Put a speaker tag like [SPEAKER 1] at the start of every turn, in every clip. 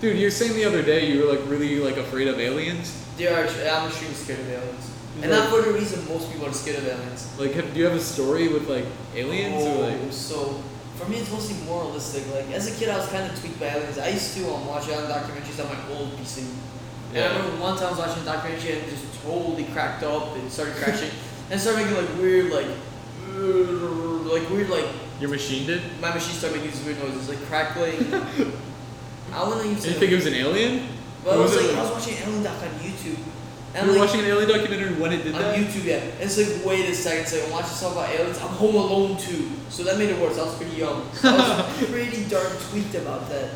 [SPEAKER 1] Dude, you were saying the other day you were like really like afraid of aliens.
[SPEAKER 2] They are. actu- I'm extremely scared of aliens, and
[SPEAKER 1] Like-
[SPEAKER 2] not for the reason most people are scared of aliens.
[SPEAKER 1] Like, have, do you have a story with like aliens
[SPEAKER 2] oh,
[SPEAKER 1] or like?
[SPEAKER 2] so. For me, it's mostly moralistic. Like as a kid, I was kind of tweaked by aliens. I used to um, watch alien documentaries on my old PC. And I remember one time I was watching a documentary and it just totally cracked up and started crashing and started making like weird like like weird like
[SPEAKER 1] Oh. Your machine did?
[SPEAKER 2] my machine started making these weird noises like crackling. I wouldn't
[SPEAKER 1] Did
[SPEAKER 2] even
[SPEAKER 1] you
[SPEAKER 2] say.
[SPEAKER 1] think it was an alien?
[SPEAKER 2] But I
[SPEAKER 1] What
[SPEAKER 2] was
[SPEAKER 1] was
[SPEAKER 2] like,
[SPEAKER 1] it?
[SPEAKER 2] I was watching Alien Doc on YouTube. And
[SPEAKER 1] you were
[SPEAKER 2] like,
[SPEAKER 1] watching an alien documentary when it did
[SPEAKER 2] on
[SPEAKER 1] that.
[SPEAKER 2] YouTube, yeah. And it's like, wait a second, so I'm watching stuff about aliens. I'm home alone too. So that made it worse. I was pretty young. So I was pretty darn tweaked about that.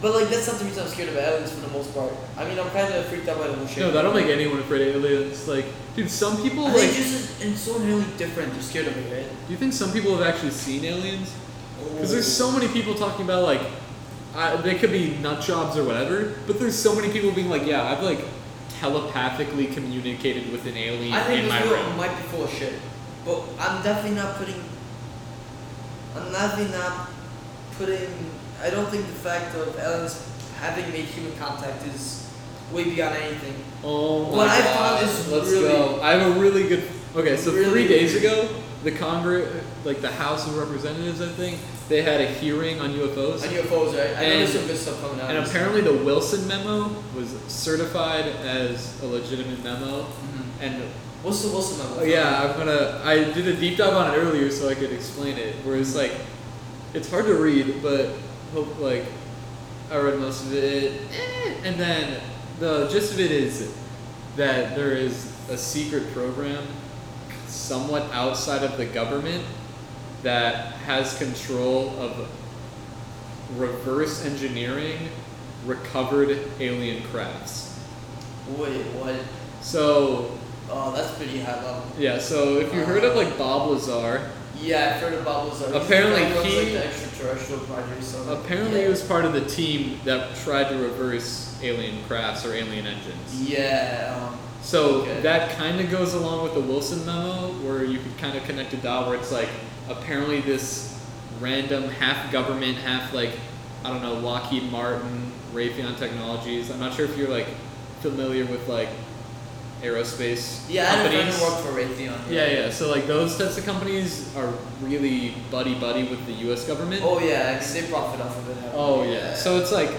[SPEAKER 2] But like, that's not the reason I'm scared of aliens for the most part. I mean, I'm kind of freaked out by the whole shit.
[SPEAKER 1] No, that'll make anyone afraid of aliens. Like, dude, some people
[SPEAKER 2] I
[SPEAKER 1] like.
[SPEAKER 2] think just and so really different. They're scared of it, right?
[SPEAKER 1] Do you think some people have actually seen aliens? Because there's
[SPEAKER 2] Oh.
[SPEAKER 1] so many people talking about like, I, they could be nut jobs or whatever, but there's so many people being like, yeah, I've like telepathically communicated with an alien
[SPEAKER 2] I think
[SPEAKER 1] in my
[SPEAKER 2] this world
[SPEAKER 1] room.
[SPEAKER 2] might be full of shit, but I'm definitely not putting. I'm definitely not putting. I don't think the fact of aliens having made human contact is way beyond anything.
[SPEAKER 1] Oh my
[SPEAKER 2] What I
[SPEAKER 1] God.
[SPEAKER 2] found is
[SPEAKER 1] Let's
[SPEAKER 2] really-
[SPEAKER 1] go. I have a really good. Okay, so
[SPEAKER 2] Really
[SPEAKER 1] three days
[SPEAKER 2] weird.
[SPEAKER 1] ago, the Congress, like the House of Representatives, I think, they had a hearing on UFOs.
[SPEAKER 2] And UFOs, right? I know there's
[SPEAKER 1] And-
[SPEAKER 2] some good stuff coming out.
[SPEAKER 1] And apparently, the Wilson memo was certified as a legitimate memo.
[SPEAKER 2] Mhm.
[SPEAKER 1] And
[SPEAKER 2] What's the Wilson memo?
[SPEAKER 1] oh, yeah, I'm gonna. I did a deep dive on it earlier so I could explain it. Where it's like, it's hard to read, but hope like I read most of it. Eh. And then the gist of it is that there is a secret program, somewhat outside of the government, that has control of reverse engineering recovered alien crafts.
[SPEAKER 2] Wait, what?
[SPEAKER 1] So,
[SPEAKER 2] Oh, that's pretty high level.
[SPEAKER 1] yeah, so if you heard of like Bob Lazar,
[SPEAKER 2] Yeah, I've heard about Wilson.
[SPEAKER 1] Apparently
[SPEAKER 2] He's the guy who runs,
[SPEAKER 1] he-
[SPEAKER 2] like, the extraterrestrial project. or something.
[SPEAKER 1] apparently
[SPEAKER 2] yeah.
[SPEAKER 1] he was part of the team that tried to reverse alien crafts or alien engines.
[SPEAKER 2] Yeah. Um,
[SPEAKER 1] So
[SPEAKER 2] Okay.
[SPEAKER 1] that kind of goes along with the Wilson memo, where you could kind of connect a dot where it's like apparently this random half government, half like I don't know Lockheed Martin, Raytheon Technologies. I'm not sure if you're like familiar with like aerospace
[SPEAKER 2] yeah, I had a
[SPEAKER 1] companies.
[SPEAKER 2] friend who worked for Raytheon.
[SPEAKER 1] yeah, yeah. So like those types of companies are really buddy buddy with the U.S. government.
[SPEAKER 2] Oh yeah, because they profit off of it.
[SPEAKER 1] Oh yeah. So it's like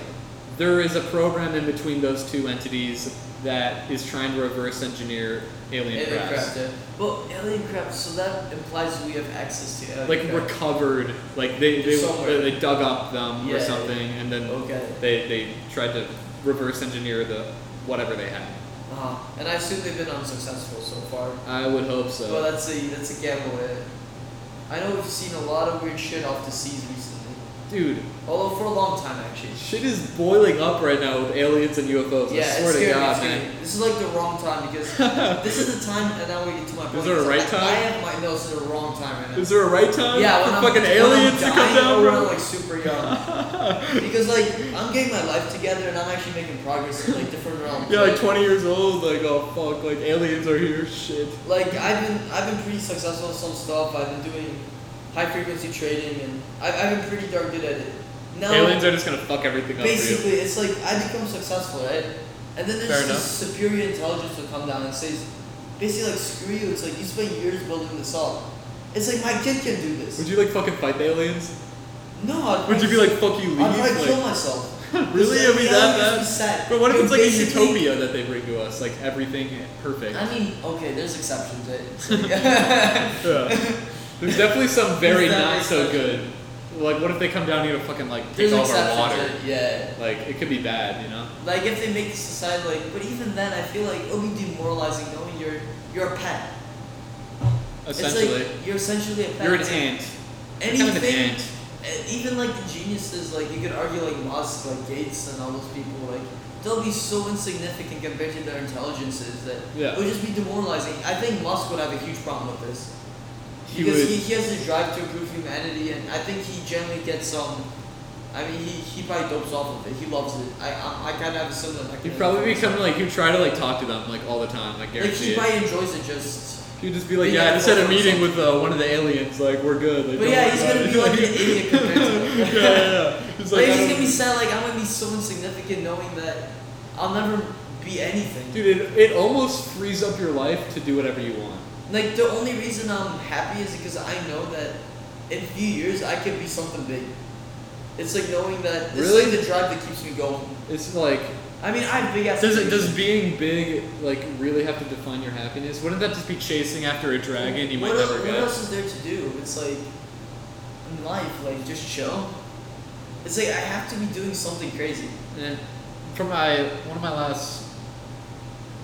[SPEAKER 1] there is a program in between those two entities that is trying to reverse engineer alien,
[SPEAKER 2] alien
[SPEAKER 1] crafts.
[SPEAKER 2] craft. yeah. Well, alien craft. So that implies we have access to alien
[SPEAKER 1] Like
[SPEAKER 2] craft.
[SPEAKER 1] recovered, like they they,
[SPEAKER 2] Somewhere.
[SPEAKER 1] they dug up them
[SPEAKER 2] Yeah,
[SPEAKER 1] or
[SPEAKER 2] yeah,
[SPEAKER 1] something, and then
[SPEAKER 2] Okay.
[SPEAKER 1] they they tried to reverse engineer the whatever they had.
[SPEAKER 2] Uh-huh. And I assume they've been unsuccessful so far.
[SPEAKER 1] I would hope
[SPEAKER 2] So
[SPEAKER 1] so.
[SPEAKER 2] that's a that's a gamble. eh? I know we've seen a lot of weird shit off the seas recently.
[SPEAKER 1] Dude,
[SPEAKER 2] Although for a long time actually.
[SPEAKER 1] shit is boiling up right now with aliens and UFOs.
[SPEAKER 2] yeah,
[SPEAKER 1] I
[SPEAKER 2] it's
[SPEAKER 1] swear
[SPEAKER 2] scary,
[SPEAKER 1] to God,
[SPEAKER 2] it's scary.
[SPEAKER 1] man.
[SPEAKER 2] This is like the wrong time because this is the time, and now we get to my point.
[SPEAKER 1] there a
[SPEAKER 2] because
[SPEAKER 1] right
[SPEAKER 2] I,
[SPEAKER 1] time?
[SPEAKER 2] I have my no, This is the wrong time right now.
[SPEAKER 1] Is there a right time
[SPEAKER 2] Yeah, when
[SPEAKER 1] for
[SPEAKER 2] I'm,
[SPEAKER 1] fucking
[SPEAKER 2] when
[SPEAKER 1] aliens
[SPEAKER 2] I'm
[SPEAKER 1] to come
[SPEAKER 2] dying
[SPEAKER 1] down,
[SPEAKER 2] or when
[SPEAKER 1] bro?
[SPEAKER 2] I'm, like super young. because like I'm getting my life together and I'm actually making progress in like different realms.
[SPEAKER 1] Yeah, like 20 years old, like, oh fuck, like aliens are here, shit.
[SPEAKER 2] Like I've been I've been pretty successful at some stuff. I've been doing high frequency trading and I've, I've been pretty darn good at it. Now
[SPEAKER 1] aliens are just gonna fuck everything up for you.
[SPEAKER 2] basically it's like I become successful, right? And then there's
[SPEAKER 1] Fair
[SPEAKER 2] this superior intelligence will come down and says basically like screw you, it's like you spent years building this up. It's like my kid can do this.
[SPEAKER 1] Would you like fucking fight the aliens?
[SPEAKER 2] no, I'd
[SPEAKER 1] Would you be like, fuck you, leave?
[SPEAKER 2] I'd probably kill
[SPEAKER 1] Like,
[SPEAKER 2] myself.
[SPEAKER 1] really?
[SPEAKER 2] Because
[SPEAKER 1] It'd be
[SPEAKER 2] the
[SPEAKER 1] that
[SPEAKER 2] alien
[SPEAKER 1] bad?
[SPEAKER 2] is sad.
[SPEAKER 1] But what if
[SPEAKER 2] Dude,
[SPEAKER 1] it's like a
[SPEAKER 2] basically-
[SPEAKER 1] utopia that they bring to us? Like everything perfect.
[SPEAKER 2] I mean, okay, there's exceptions. Right?
[SPEAKER 1] Yeah. There's definitely some very
[SPEAKER 2] There's
[SPEAKER 1] not
[SPEAKER 2] definitely
[SPEAKER 1] so
[SPEAKER 2] some-
[SPEAKER 1] good. Like, what if they come down here to fucking like
[SPEAKER 2] there's
[SPEAKER 1] take all of
[SPEAKER 2] exceptions.
[SPEAKER 1] our water?
[SPEAKER 2] right? Yeah.
[SPEAKER 1] Like, it could be bad, you know?
[SPEAKER 2] Like if they make the society like, but even then, I feel like it'll be demoralizing knowing you're you're a pet.
[SPEAKER 1] Essentially,
[SPEAKER 2] it's like you're essentially a pet.
[SPEAKER 1] you're an
[SPEAKER 2] It's like
[SPEAKER 1] ant. You're
[SPEAKER 2] Anything.
[SPEAKER 1] kind of an ant.
[SPEAKER 2] and Even like the geniuses, like you could argue like Musk, like Gates, and all those people, like they'll be so insignificant compared to their intelligences that
[SPEAKER 1] Yeah.
[SPEAKER 2] it would just be demoralizing. I think Musk would have a huge problem with this.
[SPEAKER 1] He
[SPEAKER 2] because
[SPEAKER 1] would.
[SPEAKER 2] he, he has a drive to improve humanity, and I think he generally gets some. I mean, he, he probably dopes off of it. He loves it. I I, I kind of have a similar.
[SPEAKER 1] He'd
[SPEAKER 2] mechanism.
[SPEAKER 1] probably become like he'd try to like talk to them like all the time, like
[SPEAKER 2] Like
[SPEAKER 1] guarantee.
[SPEAKER 2] he
[SPEAKER 1] it.
[SPEAKER 2] probably enjoys it just.
[SPEAKER 1] He'd just be like,
[SPEAKER 2] But
[SPEAKER 1] yeah,
[SPEAKER 2] yeah,
[SPEAKER 1] I just had a
[SPEAKER 2] fuck
[SPEAKER 1] meeting
[SPEAKER 2] yourself.
[SPEAKER 1] with uh, one of the aliens. Like, we're good. Like,
[SPEAKER 2] But
[SPEAKER 1] don't
[SPEAKER 2] yeah,
[SPEAKER 1] worry
[SPEAKER 2] he's
[SPEAKER 1] about it.
[SPEAKER 2] gonna be like an idiot compared to.
[SPEAKER 1] yeah, yeah, yeah. It's like, I
[SPEAKER 2] Like, it's just
[SPEAKER 1] don't-
[SPEAKER 2] gonna be sad. Like I'm gonna be so insignificant, knowing that I'll never be anything.
[SPEAKER 1] Dude, it, it almost frees up your life to do whatever you want.
[SPEAKER 2] Like the only reason I'm happy is because I know that in a few years I could be something big. It's like knowing that it's
[SPEAKER 1] Really?
[SPEAKER 2] like the drive that keeps me going.
[SPEAKER 1] It's like
[SPEAKER 2] I mean, I have big ass.
[SPEAKER 1] does it does being big like really have to define your happiness? Wouldn't that just be chasing after a dragon you might
[SPEAKER 2] what el-
[SPEAKER 1] never
[SPEAKER 2] what
[SPEAKER 1] get?
[SPEAKER 2] else is there to do? It's like in life, like just chill. It's like I have to be doing something crazy.
[SPEAKER 1] Eh. From my one of my last,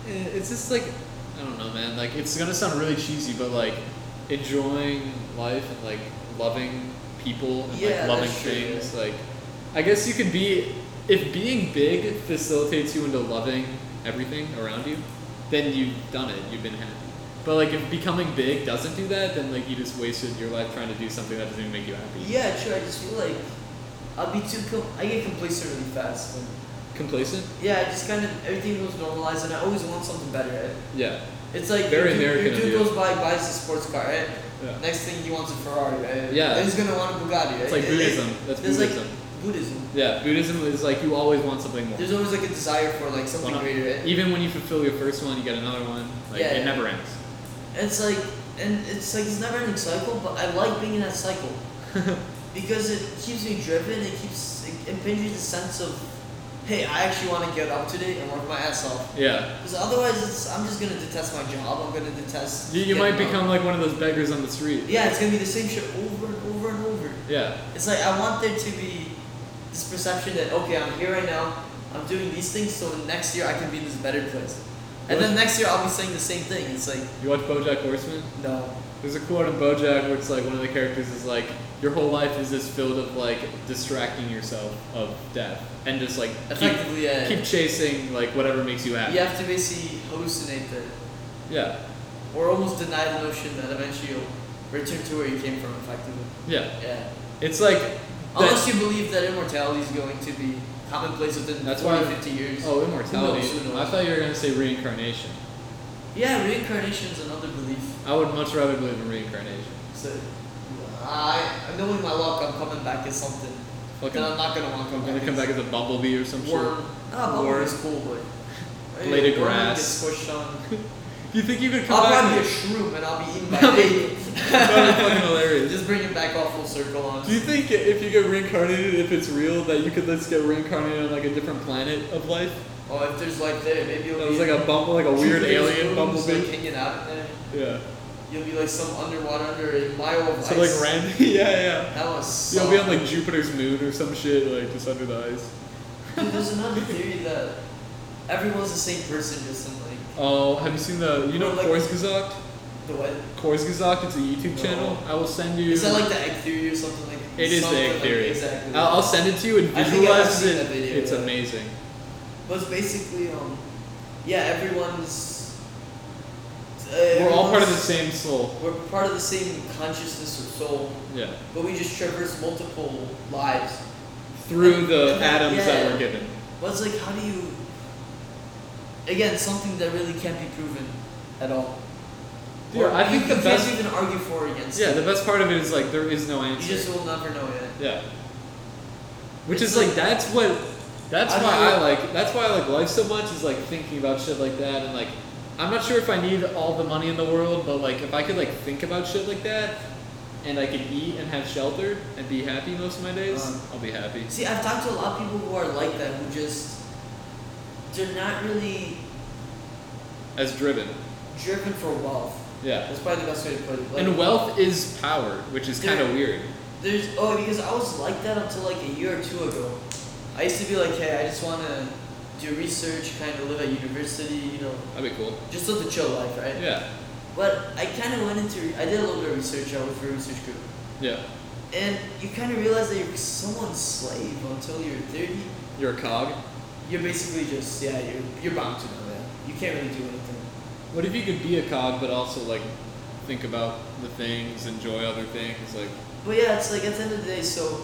[SPEAKER 1] eh, it's just like I don't know, man. Like it's gonna sound really cheesy, but like enjoying life and like loving people and
[SPEAKER 2] Yeah,
[SPEAKER 1] like loving
[SPEAKER 2] that's true,
[SPEAKER 1] things. Like I guess you could be if being big facilitates you into loving everything around you, then you've done it. You've been happy. But like if becoming big doesn't do that, then like you just wasted your life trying to do something that doesn't even make you happy.
[SPEAKER 2] Yeah, true. I just feel like I'll be too. Com- I get complacent really fast. and-
[SPEAKER 1] Complacent.
[SPEAKER 2] yeah, I just kind of everything feels normalized, and I always want something better.
[SPEAKER 1] Yeah.
[SPEAKER 2] It's like
[SPEAKER 1] Very
[SPEAKER 2] your dude,
[SPEAKER 1] American
[SPEAKER 2] your
[SPEAKER 1] of
[SPEAKER 2] dude
[SPEAKER 1] you.
[SPEAKER 2] goes by buys a sports car, right?
[SPEAKER 1] Yeah.
[SPEAKER 2] Next thing he wants a Ferrari, right?
[SPEAKER 1] Yeah.
[SPEAKER 2] Then he's gonna want a Bugatti, right?
[SPEAKER 1] It's like
[SPEAKER 2] It- it-
[SPEAKER 1] Buddhism. That's
[SPEAKER 2] there's
[SPEAKER 1] Buddhism.
[SPEAKER 2] like Buddhism.
[SPEAKER 1] Yeah, Buddhism is like you always want something more.
[SPEAKER 2] There's always like a desire for like something
[SPEAKER 1] Why not?
[SPEAKER 2] greater, right?
[SPEAKER 1] Even when you fulfill your first one, you get another one. Like
[SPEAKER 2] Yeah,
[SPEAKER 1] it
[SPEAKER 2] yeah.
[SPEAKER 1] never ends.
[SPEAKER 2] And it's like, and it's like it's never ending cycle, but I like being in that cycle because it keeps me driven. It keeps it impinges the sense of, hey, I actually want to get up today and work my ass off.
[SPEAKER 1] Yeah.
[SPEAKER 2] Because otherwise, it's, I'm just gonna detest my job. I'm gonna detest.
[SPEAKER 1] You, you
[SPEAKER 2] getting
[SPEAKER 1] might
[SPEAKER 2] up.
[SPEAKER 1] become like one of those beggars on the street.
[SPEAKER 2] Yeah, it's gonna be the same shit over and over and over.
[SPEAKER 1] Yeah.
[SPEAKER 2] It's like I want there to be this perception that okay, I'm here right now. I'm doing these things, so next year I can be in this better place. And then next year I'll be saying the same thing. It's like
[SPEAKER 1] You watch BoJack Horseman?
[SPEAKER 2] no.
[SPEAKER 1] There's a quote in BoJack where it's like one of the characters is like, "Your whole life is this filled of like distracting yourself of death and just like keep,
[SPEAKER 2] Effectively, yeah.
[SPEAKER 1] keep chasing like whatever makes you happy."
[SPEAKER 2] You have to basically hallucinate that,
[SPEAKER 1] Yeah.
[SPEAKER 2] or almost deny the notion that eventually you'll return to where you came from. Effectively,
[SPEAKER 1] Yeah.
[SPEAKER 2] yeah.
[SPEAKER 1] It's like.
[SPEAKER 2] Unless you believe that immortality is going to be commonplace within
[SPEAKER 1] That's
[SPEAKER 2] 40,
[SPEAKER 1] why-
[SPEAKER 2] 50 years.
[SPEAKER 1] Oh, immortality.
[SPEAKER 2] Who knows, who
[SPEAKER 1] I
[SPEAKER 2] knows?
[SPEAKER 1] thought you were gonna say reincarnation.
[SPEAKER 2] Yeah, reincarnation is another belief.
[SPEAKER 1] I would much rather believe in reincarnation.
[SPEAKER 2] So, I knowing my luck, I'm coming back as something.
[SPEAKER 1] Fucking
[SPEAKER 2] Then I'm not gonna want to
[SPEAKER 1] I'm
[SPEAKER 2] come
[SPEAKER 1] gonna
[SPEAKER 2] back.
[SPEAKER 1] come back as a bumblebee or some
[SPEAKER 2] as
[SPEAKER 1] shit.
[SPEAKER 2] worm. Ah, bumblebee
[SPEAKER 1] Worm.
[SPEAKER 2] is cool, but Hey,
[SPEAKER 1] Blade of
[SPEAKER 2] worm
[SPEAKER 1] grass.
[SPEAKER 2] gets squished on.
[SPEAKER 1] You think you could come
[SPEAKER 2] I'll probably be a
[SPEAKER 1] back?
[SPEAKER 2] shroom and I'll be eaten by a pig.
[SPEAKER 1] That'd be fucking hilarious.
[SPEAKER 2] Just bring it back all full circle on.
[SPEAKER 1] Do you think if you get reincarnated, if it's real, that you could let's get reincarnated on like a different planet of life?
[SPEAKER 2] Oh, if there's like there, maybe
[SPEAKER 1] That
[SPEAKER 2] you'll
[SPEAKER 1] was
[SPEAKER 2] be
[SPEAKER 1] like a bumble, like a
[SPEAKER 2] two
[SPEAKER 1] weird
[SPEAKER 2] big
[SPEAKER 1] alien
[SPEAKER 2] shrooms, like,
[SPEAKER 1] bumblebee.
[SPEAKER 2] hanging out in there.
[SPEAKER 1] Yeah.
[SPEAKER 2] You'll be like some underwater under a mile of
[SPEAKER 1] So like
[SPEAKER 2] ice.
[SPEAKER 1] random. Yeah, yeah.
[SPEAKER 2] that was.
[SPEAKER 1] You'll be on like Jupiter's moon or some shit, like just under the ice.
[SPEAKER 2] Dude, there's another theory that everyone's the same person, just in like
[SPEAKER 1] Oh, have you seen the? You know
[SPEAKER 2] Or, like-
[SPEAKER 1] Korsgezakt?
[SPEAKER 2] the what?
[SPEAKER 1] Korsgezakt, it's a YouTube
[SPEAKER 2] No.
[SPEAKER 1] channel. I will send you.
[SPEAKER 2] Is that like the egg theory or something like?
[SPEAKER 1] It is the
[SPEAKER 2] something
[SPEAKER 1] egg
[SPEAKER 2] like-
[SPEAKER 1] theory. Uh,
[SPEAKER 2] exactly.
[SPEAKER 1] I'll, I'll send it to you and
[SPEAKER 2] I think I've
[SPEAKER 1] visualize
[SPEAKER 2] seen
[SPEAKER 1] it.
[SPEAKER 2] that video,
[SPEAKER 1] it's
[SPEAKER 2] yeah.
[SPEAKER 1] amazing.
[SPEAKER 2] But it's basically um, yeah, everyone's. Uh,
[SPEAKER 1] We're all part of the
[SPEAKER 2] everyone's-
[SPEAKER 1] same soul.
[SPEAKER 2] We're part of the same consciousness or soul,
[SPEAKER 1] Yeah.
[SPEAKER 2] but we just traverse multiple lives.
[SPEAKER 1] through the
[SPEAKER 2] Yeah.
[SPEAKER 1] atoms that were given.
[SPEAKER 2] But it's like, how do you? Again, something that really can't be proven at all.
[SPEAKER 1] Dude,
[SPEAKER 2] Or
[SPEAKER 1] I
[SPEAKER 2] you-
[SPEAKER 1] think
[SPEAKER 2] you
[SPEAKER 1] the
[SPEAKER 2] can't
[SPEAKER 1] best-
[SPEAKER 2] even argue for or against.
[SPEAKER 1] Yeah,
[SPEAKER 2] it.
[SPEAKER 1] the best part of it is like there is no
[SPEAKER 2] you
[SPEAKER 1] answer.
[SPEAKER 2] just will never know yet.
[SPEAKER 1] yeah. Which
[SPEAKER 2] It's
[SPEAKER 1] is like
[SPEAKER 2] like-
[SPEAKER 1] that's what that's
[SPEAKER 2] I
[SPEAKER 1] why
[SPEAKER 2] know-
[SPEAKER 1] I like that's why I like life so much is like thinking about shit like that and like I'm not sure if I need all the money in the world, but like if I could like think about shit like that and I could eat and have shelter and be happy most of my days,
[SPEAKER 2] Uh-huh.
[SPEAKER 1] I'll be happy.
[SPEAKER 2] See, I've talked to a lot of people who are like that, who just they're not really
[SPEAKER 1] As driven.
[SPEAKER 2] driven for wealth.
[SPEAKER 1] Yeah.
[SPEAKER 2] That's probably the best way to put it. Like,
[SPEAKER 1] and wealth is power, which is
[SPEAKER 2] Dude.
[SPEAKER 1] kind of weird.
[SPEAKER 2] there's oh, because I was like that until like a year or two ago. I used to be like, hey, I just want to do research, kind of live at university, you know,
[SPEAKER 1] That'd be cool.
[SPEAKER 2] just live the chill life, right?
[SPEAKER 1] Yeah.
[SPEAKER 2] But I kind of went into I did a little bit of research. I was for a research group,
[SPEAKER 1] Yeah.
[SPEAKER 2] and you kind of realize that you're someone's slave until you're thirty.
[SPEAKER 1] You're a cog.
[SPEAKER 2] You're basically just yeah, you're you're bound to know that. You can't really do anything.
[SPEAKER 1] What if you could be a cog, but also like think about the things, enjoy other things, like
[SPEAKER 2] But yeah, it's like at the end of the day, so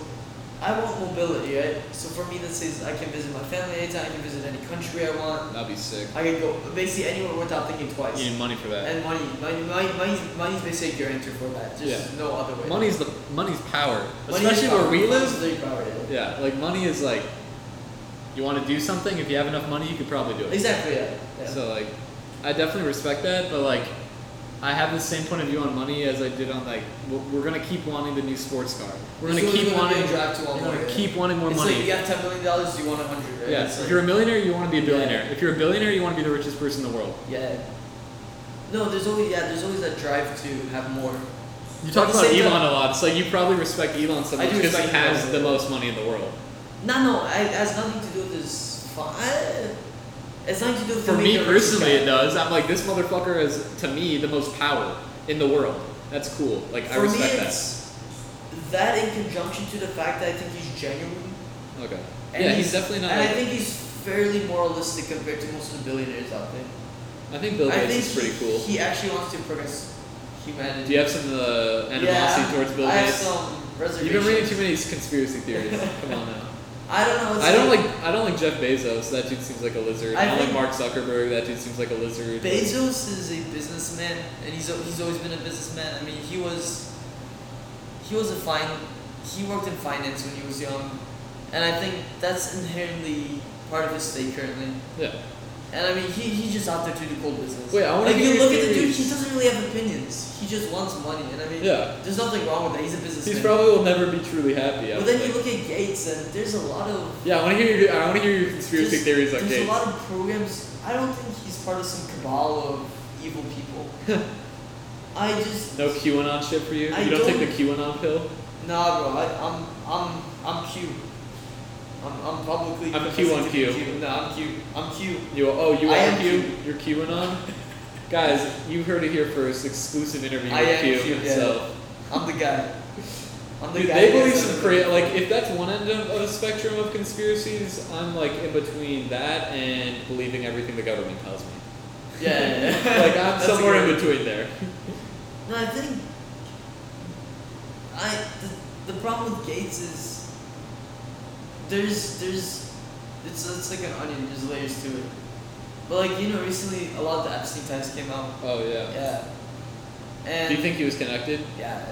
[SPEAKER 2] I want mobility, right? So for me, that says I can visit my family anytime, I can visit any country I want,
[SPEAKER 1] that'd be sick.
[SPEAKER 2] I can go basically anywhere without thinking twice.
[SPEAKER 1] You need money for that.
[SPEAKER 2] And money, money, money, money, money's basically a guarantor for that. There's
[SPEAKER 1] Yeah.
[SPEAKER 2] no other way.
[SPEAKER 1] Money's the money's power,
[SPEAKER 2] Money is
[SPEAKER 1] especially where
[SPEAKER 2] power.
[SPEAKER 1] we
[SPEAKER 2] Money
[SPEAKER 1] live.
[SPEAKER 2] is really power, yeah.
[SPEAKER 1] Yeah, like money is like, you want to do something. If you have enough money, you could probably do it.
[SPEAKER 2] Exactly. Yeah. yeah.
[SPEAKER 1] So like, I definitely respect that, but like, I have the same point of view on money as I did on like, we're- we're gonna keep wanting the new sports car. We're gonna
[SPEAKER 2] So it's
[SPEAKER 1] keep
[SPEAKER 2] gonna be
[SPEAKER 1] wanting.
[SPEAKER 2] a drive to
[SPEAKER 1] we're
[SPEAKER 2] want more,
[SPEAKER 1] gonna
[SPEAKER 2] yeah.
[SPEAKER 1] keep wanting more
[SPEAKER 2] it's
[SPEAKER 1] money.
[SPEAKER 2] like you got ten million dollars, you want a hundred, right?
[SPEAKER 1] yeah.
[SPEAKER 2] It's
[SPEAKER 1] If
[SPEAKER 2] like-
[SPEAKER 1] you're a millionaire, you want to be a
[SPEAKER 2] Yeah.
[SPEAKER 1] billionaire. If you're a billionaire, you want to be the richest person in the world.
[SPEAKER 2] Yeah. No, there's always yeah, there's always that drive to have more.
[SPEAKER 1] You talk
[SPEAKER 2] At the
[SPEAKER 1] about
[SPEAKER 2] same
[SPEAKER 1] Elon
[SPEAKER 2] time-
[SPEAKER 1] a lot, so you probably respect Elon so
[SPEAKER 2] I
[SPEAKER 1] much
[SPEAKER 2] do
[SPEAKER 1] because he
[SPEAKER 2] respect
[SPEAKER 1] has
[SPEAKER 2] Elon,
[SPEAKER 1] the
[SPEAKER 2] yeah.
[SPEAKER 1] most money in the world.
[SPEAKER 2] No, no, I, it has nothing to do with this. fu- I, it's nothing to do with
[SPEAKER 1] For
[SPEAKER 2] him
[SPEAKER 1] me
[SPEAKER 2] being the richest
[SPEAKER 1] personally, it
[SPEAKER 2] guy.
[SPEAKER 1] does. I'm like, this motherfucker is to me the most power in the world. That's cool. Like I
[SPEAKER 2] For me,
[SPEAKER 1] respect that.
[SPEAKER 2] it's that in conjunction to the fact that I think he's genuine.
[SPEAKER 1] Okay.
[SPEAKER 2] And
[SPEAKER 1] yeah, he's definitely not.
[SPEAKER 2] And I
[SPEAKER 1] Like,
[SPEAKER 2] think he's fairly moralistic compared to most of the billionaires out there.
[SPEAKER 1] I think Bill
[SPEAKER 2] I
[SPEAKER 1] Gates
[SPEAKER 2] think
[SPEAKER 1] is pretty
[SPEAKER 2] he,
[SPEAKER 1] cool.
[SPEAKER 2] He actually wants to progress humanity.
[SPEAKER 1] Do you have some uh, animosity
[SPEAKER 2] yeah,
[SPEAKER 1] towards Bill
[SPEAKER 2] I have
[SPEAKER 1] Gates?
[SPEAKER 2] some
[SPEAKER 1] You've
[SPEAKER 2] reservations.
[SPEAKER 1] been reading too many conspiracy theories. Come on now.
[SPEAKER 2] I don't know. It's
[SPEAKER 1] I don't like I don't like Jeff Bezos. That dude seems like a lizard.
[SPEAKER 2] I
[SPEAKER 1] I, don't like
[SPEAKER 2] think-
[SPEAKER 1] Mark Zuckerberg. That dude seems like a lizard.
[SPEAKER 2] Bezos is a businessman, and he's al- he's always been a businessman. I mean, he was he was a fine he worked in finance when he was young, and I think that's inherently part of his state currently.
[SPEAKER 1] Yeah.
[SPEAKER 2] And I mean, he he's just out there to do cool business.
[SPEAKER 1] Wait, I want
[SPEAKER 2] like
[SPEAKER 1] to hear
[SPEAKER 2] you
[SPEAKER 1] your
[SPEAKER 2] look at the dude,
[SPEAKER 1] theories.
[SPEAKER 2] he doesn't really have opinions. He just wants money, and I mean,
[SPEAKER 1] Yeah.
[SPEAKER 2] there's nothing wrong with that. He's a businessman.
[SPEAKER 1] He's probably will never be truly happy. I don't
[SPEAKER 2] but then
[SPEAKER 1] think.
[SPEAKER 2] you look at Gates, and there's a lot of
[SPEAKER 1] Yeah, I want to hear your I want to hear your conspiracy
[SPEAKER 2] There's-
[SPEAKER 1] theories on
[SPEAKER 2] There's
[SPEAKER 1] Gates.
[SPEAKER 2] a lot of programs. I don't think he's part of some cabal of evil people. I just
[SPEAKER 1] No QAnon shit for you.
[SPEAKER 2] I
[SPEAKER 1] you don't,
[SPEAKER 2] don't-
[SPEAKER 1] take the QAnon pill.
[SPEAKER 2] nah, bro. I, I'm I'm I'm Q. I'm I'm publicly.
[SPEAKER 1] I'm Q on
[SPEAKER 2] confessing to
[SPEAKER 1] Q.
[SPEAKER 2] being No, I'm Q. I'm Q.
[SPEAKER 1] You oh you
[SPEAKER 2] I
[SPEAKER 1] are
[SPEAKER 2] am
[SPEAKER 1] Q. You're QAnon. Guys, you heard it here first. Exclusive interview
[SPEAKER 2] I
[SPEAKER 1] with
[SPEAKER 2] am
[SPEAKER 1] Q
[SPEAKER 2] Q, yeah.
[SPEAKER 1] himself.
[SPEAKER 2] I'm the guy. I'm the
[SPEAKER 1] Dude,
[SPEAKER 2] guy.
[SPEAKER 1] they
[SPEAKER 2] who
[SPEAKER 1] believe
[SPEAKER 2] has
[SPEAKER 1] some
[SPEAKER 2] the-
[SPEAKER 1] crazy. Like if that's one end of, of a spectrum of conspiracies, I'm like in between that and believing everything the government tells me.
[SPEAKER 2] Yeah. yeah, yeah.
[SPEAKER 1] Like I'm
[SPEAKER 2] That's a
[SPEAKER 1] somewhere
[SPEAKER 2] good-
[SPEAKER 1] in between there.
[SPEAKER 2] No, I think I the, the problem with Gates is there's there's it's it's like an onion. There's layers to it. But like you know, recently a lot of the Epstein types came out.
[SPEAKER 1] Oh yeah.
[SPEAKER 2] Yeah. And
[SPEAKER 1] Do you think he was connected? You
[SPEAKER 2] Yeah.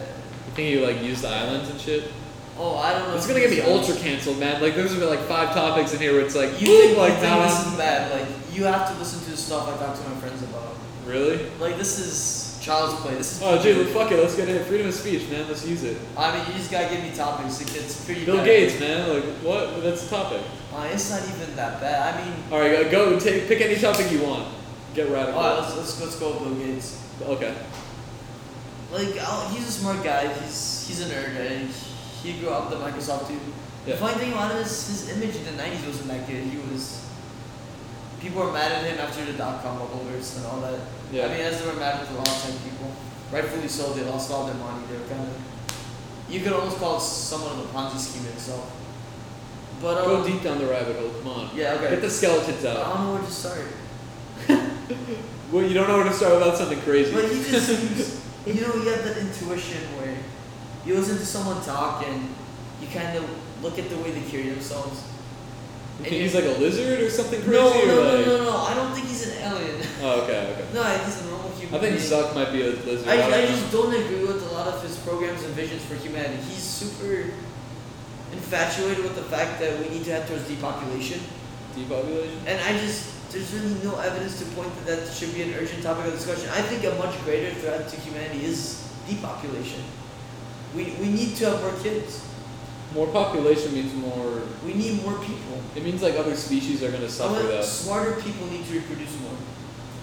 [SPEAKER 1] think he like used the islands and shit?
[SPEAKER 2] Oh, I don't know.
[SPEAKER 1] It's
[SPEAKER 2] if
[SPEAKER 1] gonna get me
[SPEAKER 2] this-
[SPEAKER 1] ultra canceled, man. Like there's gonna be like five topics in here where it's like
[SPEAKER 2] You think
[SPEAKER 1] like
[SPEAKER 2] like you think
[SPEAKER 1] now
[SPEAKER 2] this
[SPEAKER 1] I'm-
[SPEAKER 2] is bad? Like you have to listen to the stuff I talk to my friends about.
[SPEAKER 1] Really?
[SPEAKER 2] Like this is child's play. This is.
[SPEAKER 1] Oh, dude, well, fuck it. Let's get it. Freedom of speech, man. Let's use it.
[SPEAKER 2] I mean, you just gotta give me topics. It gets pretty.
[SPEAKER 1] Bill
[SPEAKER 2] bad.
[SPEAKER 1] Gates, man. Like, what? That's the topic.
[SPEAKER 2] Uh, it's not even that bad. I mean,
[SPEAKER 1] All right, go- go. Take pick any topic you want. Get radical.
[SPEAKER 2] Alright, let's, let's, let's go with Bill Gates.
[SPEAKER 1] okay.
[SPEAKER 2] Like, I'll, he's a smart guy, he's, he's a nerd, and he grew up with Microsoft too.
[SPEAKER 1] Yeah.
[SPEAKER 2] The funny thing about it is, his image in the 90s wasn't that good. He was. People were mad at him after the dot com bubble burst and all that.
[SPEAKER 1] Yeah.
[SPEAKER 2] I mean, as they were mad at a lot of tech people. Rightfully so, they lost all their money. They were kind of. You could almost call it somewhat of a Ponzi scheme itself. But, um,
[SPEAKER 1] go deep down the rabbit hole. Come on.
[SPEAKER 2] Yeah, okay. Uh,
[SPEAKER 1] Get the skeletons
[SPEAKER 2] I
[SPEAKER 1] out.
[SPEAKER 2] don't know where to start.
[SPEAKER 1] Well, you don't know where to start without something crazy.
[SPEAKER 2] But he just seems, you know, you have that intuition where you listen to someone talk and you kind of look at the way they carry themselves.
[SPEAKER 1] You think he's like a lizard or something crazy?
[SPEAKER 2] No, no,
[SPEAKER 1] or
[SPEAKER 2] no,
[SPEAKER 1] like...
[SPEAKER 2] no, no. I don't think he's an alien.
[SPEAKER 1] Oh, okay, okay.
[SPEAKER 2] No, I think he's a normal human.
[SPEAKER 1] I think
[SPEAKER 2] being.
[SPEAKER 1] Zuck might be a lizard.
[SPEAKER 2] I,
[SPEAKER 1] don't
[SPEAKER 2] I
[SPEAKER 1] know.
[SPEAKER 2] just don't agree with a lot of his programs and visions for humanity. He's super infatuated with the fact that we need to head towards depopulation.
[SPEAKER 1] Depopulation?
[SPEAKER 2] And I just, there's really no evidence to point that that should be an urgent topic of discussion. I think a much greater threat to humanity is depopulation. We, we need to have more kids.
[SPEAKER 1] More population means more.
[SPEAKER 2] We need more people.
[SPEAKER 1] It means like other species are gonna
[SPEAKER 2] I
[SPEAKER 1] suffer
[SPEAKER 2] want-
[SPEAKER 1] though.
[SPEAKER 2] smarter people need to reproduce more.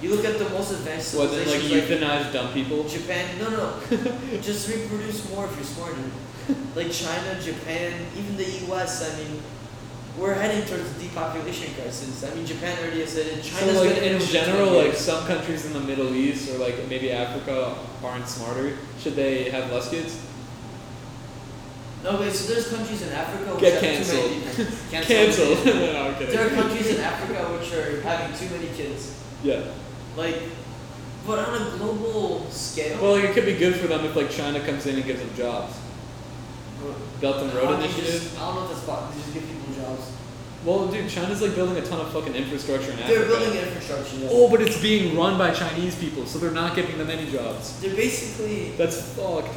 [SPEAKER 2] You look at the most advanced
[SPEAKER 1] What then, like
[SPEAKER 2] civilizations like,
[SPEAKER 1] euthanize dumb people?
[SPEAKER 2] Japan. No, no. just reproduce more if you're smarter. Like China, Japan, even the U.S. I mean, we're heading towards the depopulation crisis. I mean, Japan already has said it.
[SPEAKER 1] So
[SPEAKER 2] China's
[SPEAKER 1] like
[SPEAKER 2] gonna
[SPEAKER 1] in
[SPEAKER 2] finish
[SPEAKER 1] general,
[SPEAKER 2] 20
[SPEAKER 1] like
[SPEAKER 2] years.
[SPEAKER 1] some countries in the Middle East or like maybe Africa aren't smarter. Should they have less kids?
[SPEAKER 2] No, wait, so there's countries in Africa which
[SPEAKER 1] Get
[SPEAKER 2] have too many
[SPEAKER 1] cancelled.
[SPEAKER 2] people.
[SPEAKER 1] Cancel. no, I'm kidding.
[SPEAKER 2] there are countries in Africa which are having too many kids.
[SPEAKER 1] Yeah.
[SPEAKER 2] Like, but on a global scale.
[SPEAKER 1] Well, like, it could be good for them if like China comes in and gives them jobs. Belt and
[SPEAKER 2] I
[SPEAKER 1] Road
[SPEAKER 2] don't think
[SPEAKER 1] Initiative.
[SPEAKER 2] just- I don't know if that's possible. Just give people jobs.
[SPEAKER 1] Well, dude, China's like building a ton of fucking infrastructure in
[SPEAKER 2] They're
[SPEAKER 1] Africa.
[SPEAKER 2] building infrastructure. yeah.
[SPEAKER 1] oh, but it's being run by Chinese people, so they're not giving them any jobs.
[SPEAKER 2] They're basically
[SPEAKER 1] That's fucked.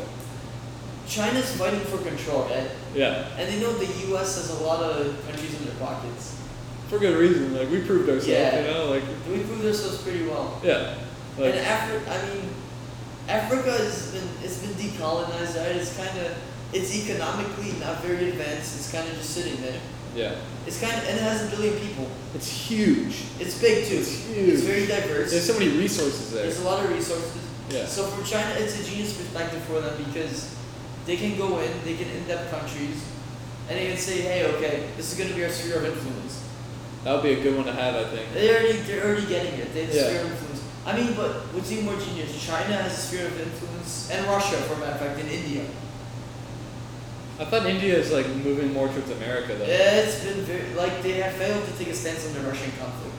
[SPEAKER 2] China's fighting for control, right?
[SPEAKER 1] Yeah,
[SPEAKER 2] And they know the U.S. has a lot of countries in their pockets.
[SPEAKER 1] for good reason. Like we proved ourselves,
[SPEAKER 2] Yeah.
[SPEAKER 1] you know. Like
[SPEAKER 2] And we proved ourselves pretty well.
[SPEAKER 1] yeah, like
[SPEAKER 2] and Africa, I mean, Africa has been it's been decolonized, right? It's kind of it's economically not very advanced. It's kind of just sitting there.
[SPEAKER 1] yeah,
[SPEAKER 2] It's kind of and it has a billion people.
[SPEAKER 1] it's huge.
[SPEAKER 2] It's big too.
[SPEAKER 1] It's huge.
[SPEAKER 2] It's very diverse.
[SPEAKER 1] There's so many resources there.
[SPEAKER 2] There's a lot of resources.
[SPEAKER 1] Yeah.
[SPEAKER 2] So from China, it's a genius perspective for them because they can go in, they can in-depth countries, and they can say, hey, okay, this is going to be our sphere of influence.
[SPEAKER 1] That would be a good one to have, I think.
[SPEAKER 2] They already, they're already getting it. They have a
[SPEAKER 1] Yeah.
[SPEAKER 2] sphere of influence. I mean, but what's even more genius? China has a sphere of influence, and Russia, for a matter of fact, and India.
[SPEAKER 1] I thought India is like moving more towards America though.
[SPEAKER 2] Yeah, it's been very, like, they have failed to take a stance on the Russian conflict,